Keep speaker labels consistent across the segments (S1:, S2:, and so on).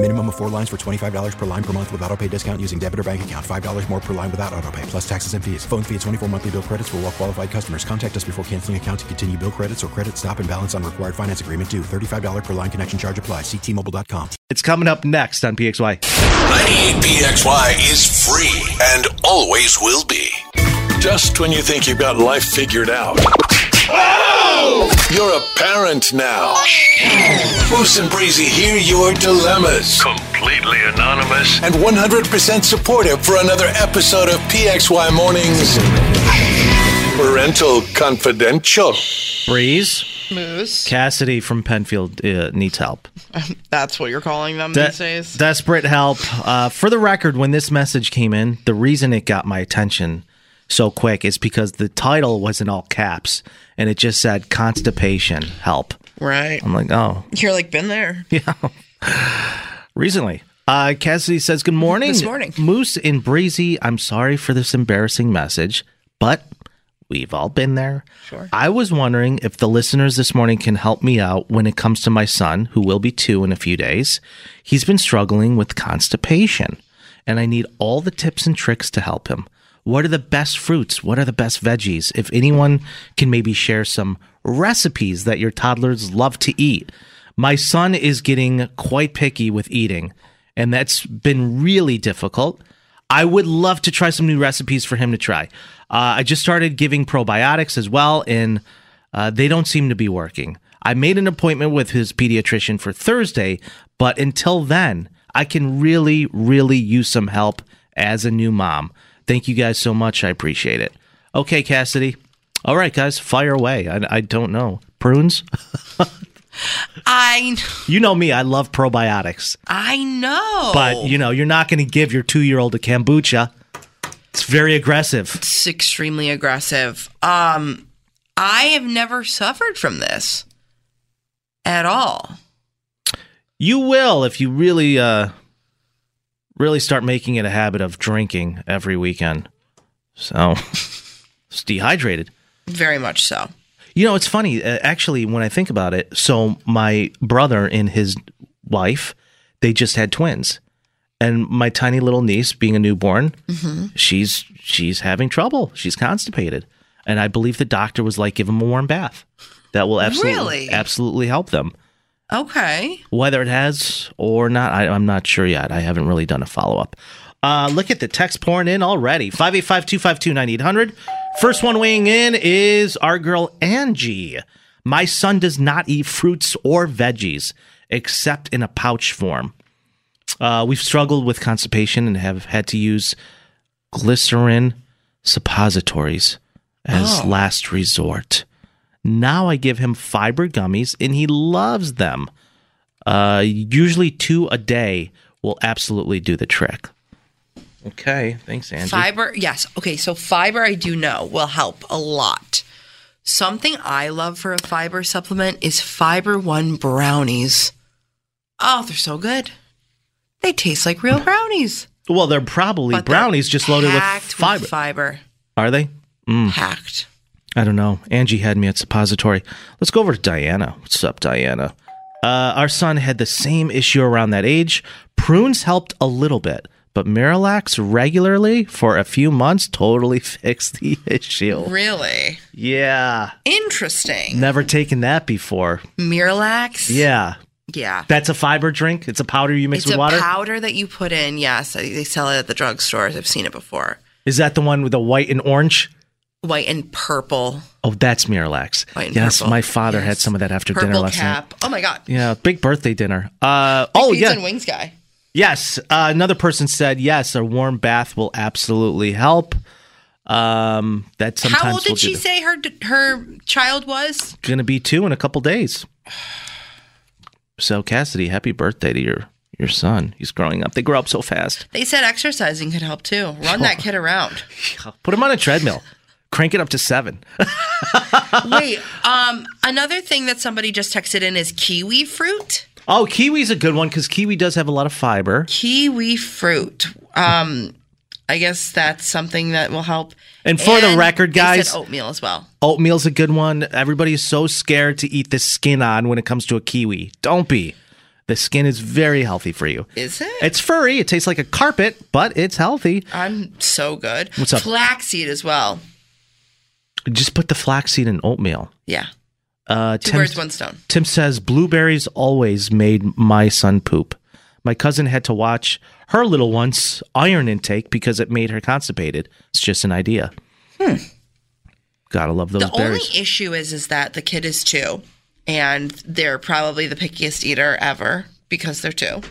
S1: Minimum of four lines for $25 per line per month with auto pay discount using debit or bank account. $5 more per line without auto pay, plus taxes and fees. Phone fee at 24 monthly bill credits for all well qualified customers. Contact us before canceling account to continue bill credits or credit stop and balance on required finance agreement due. $35 per line connection charge applies. Ctmobile.com.
S2: It's coming up next on PXY.
S3: E 98pxy is free and always will be. Just when you think you've got life figured out. You're a parent now. Bruce and Breezy hear your dilemmas
S4: Completely anonymous.
S3: and 100% supportive for another episode of PXY Mornings Parental Confidential.
S2: Breeze,
S5: Moose.
S2: Cassidy from Penfield uh, needs help.
S5: That's what you're calling them
S2: De-
S5: these days.
S2: desperate help. Uh, for the record, when this message came in, the reason it got my attention so quick is because the title was in all caps and it just said constipation help.
S5: right.
S2: I'm like, oh,
S5: You're like been there.
S2: recently. Uh, Cassidy says, Good morning.
S6: This morning.
S2: Moose and Breezy, I'm sorry for this embarrassing message, but we've all been there. Sure. I was wondering if the listeners this morning can help me out when it comes to my son, who will be two in a few days. He's been struggling with constipation, and I need all the tips and tricks to help him. What are the best fruits? What are the best veggies? If anyone can maybe share some recipes that your toddlers love to eat. My son is getting quite picky with eating, and that's been really difficult. I would love to try some new recipes for him to try. Uh, I just started giving probiotics as well, and uh, they don't seem to be working. I made an appointment with his pediatrician for Thursday, but until then, I can really, really use some help as a new mom. Thank you guys so much. I appreciate it. Okay, Cassidy. All right, guys, fire away. I, I don't know. Prunes?
S5: I
S2: You know me, I love probiotics,
S5: I know.
S2: but you know, you're not going to give your two year old a kombucha. It's very aggressive.
S5: it's extremely aggressive. Um I have never suffered from this at all.
S2: You will if you really, uh, really start making it a habit of drinking every weekend. So, it's dehydrated.
S5: Very much so.
S2: You know, it's funny. Uh, actually, when I think about it, so my brother and his wife, they just had twins, and my tiny little niece, being a newborn, she's she's having trouble. She's constipated, and I believe the doctor was like, "Give him a warm bath. That will absolutely
S5: Really?
S2: absolutely help them."
S5: Okay.
S2: Whether it has or not, I, I'm not sure yet. I haven't really done a follow up. Uh, look at the text pouring in already 585 252 9800. First one weighing in is our girl Angie. My son does not eat fruits or veggies except in a pouch form. Uh, we've struggled with constipation and have had to use glycerin suppositories as
S5: Oh.
S2: last resort. Now I give him fiber gummies and he loves them. Uh, usually two a day will absolutely do the trick. Okay, thanks, Angie.
S5: Fiber, yes. Okay, so fiber I do know will help a lot. Something I love for a fiber supplement is Fiber One brownies. Oh, they're so good. They taste like real brownies.
S2: Well, they're probably
S5: but they're
S2: brownies just loaded with
S5: packed
S2: fiber. Hmm.
S5: fiber.
S2: Are they?
S5: Packed.
S2: I don't know. Angie had me at suppository. Let's go over to Diana. What's up, Diana? Uh, our son had the same issue around that age. Prunes helped a little bit, but Miralax regularly for a few months totally fixed the issue.
S5: Really
S2: Yeah.
S5: interesting.
S2: Never taken that before.
S5: Miralax.
S2: Yeah.
S5: yeah.
S2: That's a fiber drink. It's a powder you mix
S5: it's
S2: with
S5: a
S2: water.
S5: powder that you put in. Yes, I- they sell it at the drugstores. I've seen it before.
S2: Is that the one with the white and orange?
S5: white and purple.
S2: Oh, that's Miralax.
S5: White and
S2: Yes,
S5: purple.
S2: my father
S5: Yes.
S2: had some of that after
S5: purple
S2: dinner last night.
S5: cap. Oh my god.
S2: Yeah, big birthday dinner. Uh, oh,
S5: Pizza
S2: yeah.
S5: and wings guy.
S2: Yes. Uh, another person said, yes, a warm bath will absolutely help. Um, that sometimes
S5: How old
S2: will
S5: did
S2: do
S5: she
S2: the-
S5: say her her child was?
S2: going to be two in a couple days. So Cassidy, happy birthday to your your son. He's growing up. They grow up so fast.
S5: They said exercising could help too. Run that
S2: Oh.
S5: kid around.
S2: Put him on a treadmill. Crank it up to seven.
S5: Wait, um, another thing that somebody just texted in is kiwi fruit.
S2: Oh, kiwi's a good one because kiwi does have a lot of fiber.
S5: Kiwi fruit. Um, I guess that's something that will help.
S2: And for the record,
S5: they said
S2: guys-
S5: oatmeal as well.
S2: Oatmeal's a good one. Everybody is so scared to eat the skin on when it comes to a kiwi. Don't be. The skin is very healthy for you.
S5: Is it?
S2: It's furry. It tastes like a carpet, but it's healthy.
S5: I'm so good.
S2: What's up?
S5: Flaxseed as well.
S2: Just put the flaxseed in oatmeal.
S5: Yeah,
S2: Uh,
S5: two
S2: Tim-
S5: birds, one stone.
S2: Tim says blueberries always made my son poop. My cousin had to watch her little one's iron intake because it made her constipated. It's just an idea. Gotta love those
S5: Hmm. The
S2: Oh, berries.
S5: only issue is is that the kid is two, and they're probably the pickiest eater ever because they're two.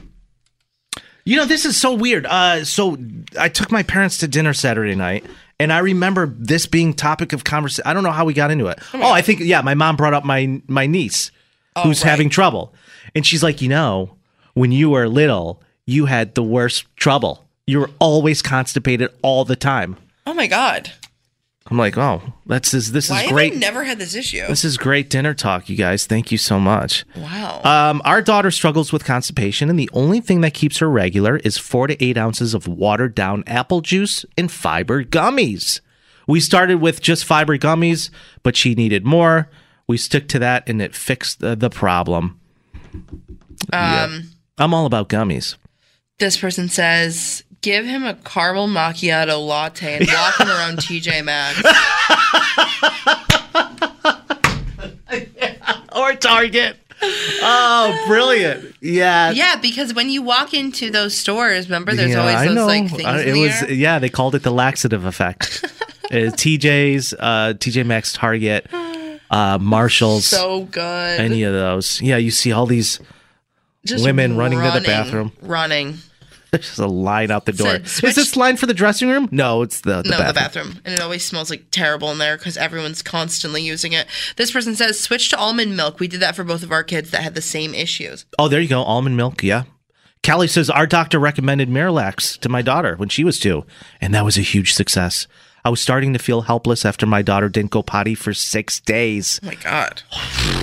S2: you know, this is so weird. Uh, so I took my parents to dinner Saturday night, and I remember this being topic of conversation. I don't know how we got into it. Oh, I think yeah, my mom brought up my my niece
S5: Oh,
S2: who's having trouble, and she's like, you know, when you were little, you had the worst trouble. You were always constipated all the time.
S5: Oh my god!
S2: I'm like, oh, that's is this
S5: Why
S2: is
S5: have
S2: great.
S5: I never had this issue?
S2: this is great dinner talk, you guys. Thank you so much.
S5: wow.
S2: Um, our daughter struggles with constipation, and the only thing that keeps her regular is four to eight ounces of watered down apple juice and fiber gummies. We started with just fiber gummies, but she needed more. We stuck to that, and it fixed the, the problem. Yeah. I'm all about gummies.
S5: This person says, give him a caramel macchiato latte and walk him around TJ Maxx.
S2: Or Target. Oh, brilliant. Yeah.
S5: Yeah, because when you walk into those stores, remember there's
S2: Yeah,
S5: always those like things
S2: I-
S5: in
S2: it
S5: the
S2: was
S5: air?
S2: yeah, they called it the laxative effect. Uh, TJ's, uh, TJ Maxx, Target, uh, Marshalls,
S5: so good.
S2: any of those. Yeah, you see all these.
S5: Just
S2: women running to the bathroom.
S5: Running.
S2: There's a line out the door.
S5: Said
S2: Is
S5: switch-
S2: this line for the dressing room? No, it's the, the
S5: no,
S2: bathroom.
S5: the bathroom. And it always smells like terrible in there because everyone's constantly using it. This person says, switch to almond milk. We did that for both of our kids that had the same issues.
S2: Oh, there you go. Almond milk. Yeah. Callie says our doctor recommended Miralax to my daughter when she was two, and that was a huge success. I was starting to feel helpless after my daughter didn't go potty for six days.
S5: Oh my God.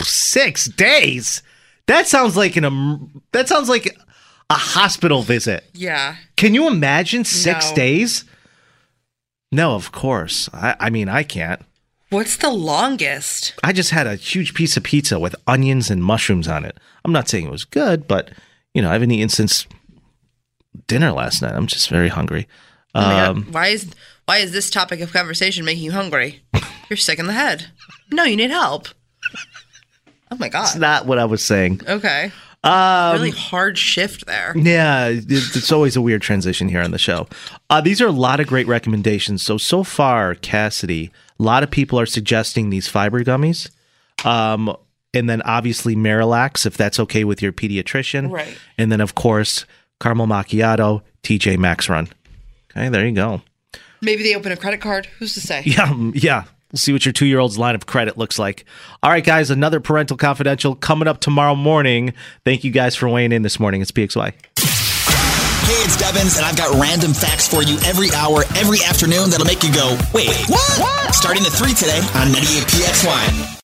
S2: six days. That sounds like an um, that sounds like a hospital visit.
S5: Yeah.
S2: Can you imagine six
S5: No.
S2: days? No, of course. I, I mean, I can't.
S5: What's the longest?
S2: I just had a huge piece of pizza with onions and mushrooms on it. I'm not saying it was good, but you know, I haven't eaten since dinner last night. I'm just very hungry.
S5: Oh my God.
S2: um,
S5: why is why is this topic of conversation making you hungry? You're sick in the head. No, you need help. Oh my
S2: It's
S5: god.
S2: not what I was saying. Um,
S5: Okay. really hard shift there.
S2: Yeah, it- it's always a weird transition here on the show. Uh, these are a lot of great recommendations. So so far, Cassidy, a lot of people are suggesting these fiber gummies, um, and then obviously Marilax, if that's okay with your pediatrician,
S5: Right.
S2: And then of course, caramel macchiato, TJ Maxx run. Okay, there you go.
S5: Maybe they open a credit card. Who's to say?
S2: Yeah, mm, yeah. We'll see what your two year old's line of credit looks like. All right, guys, another Parental Confidential coming up tomorrow morning. Thank you guys for weighing in this morning. It's BXY.
S6: Hey, it's Devins, and I've got random facts for you every hour, every afternoon that'll make you go, wait, what? Starting at 3 today on 98PXY.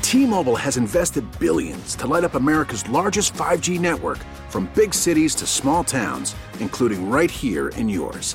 S7: T-Mobile has invested billions to light up America's largest 5G network from big cities to small towns, including right here in yours.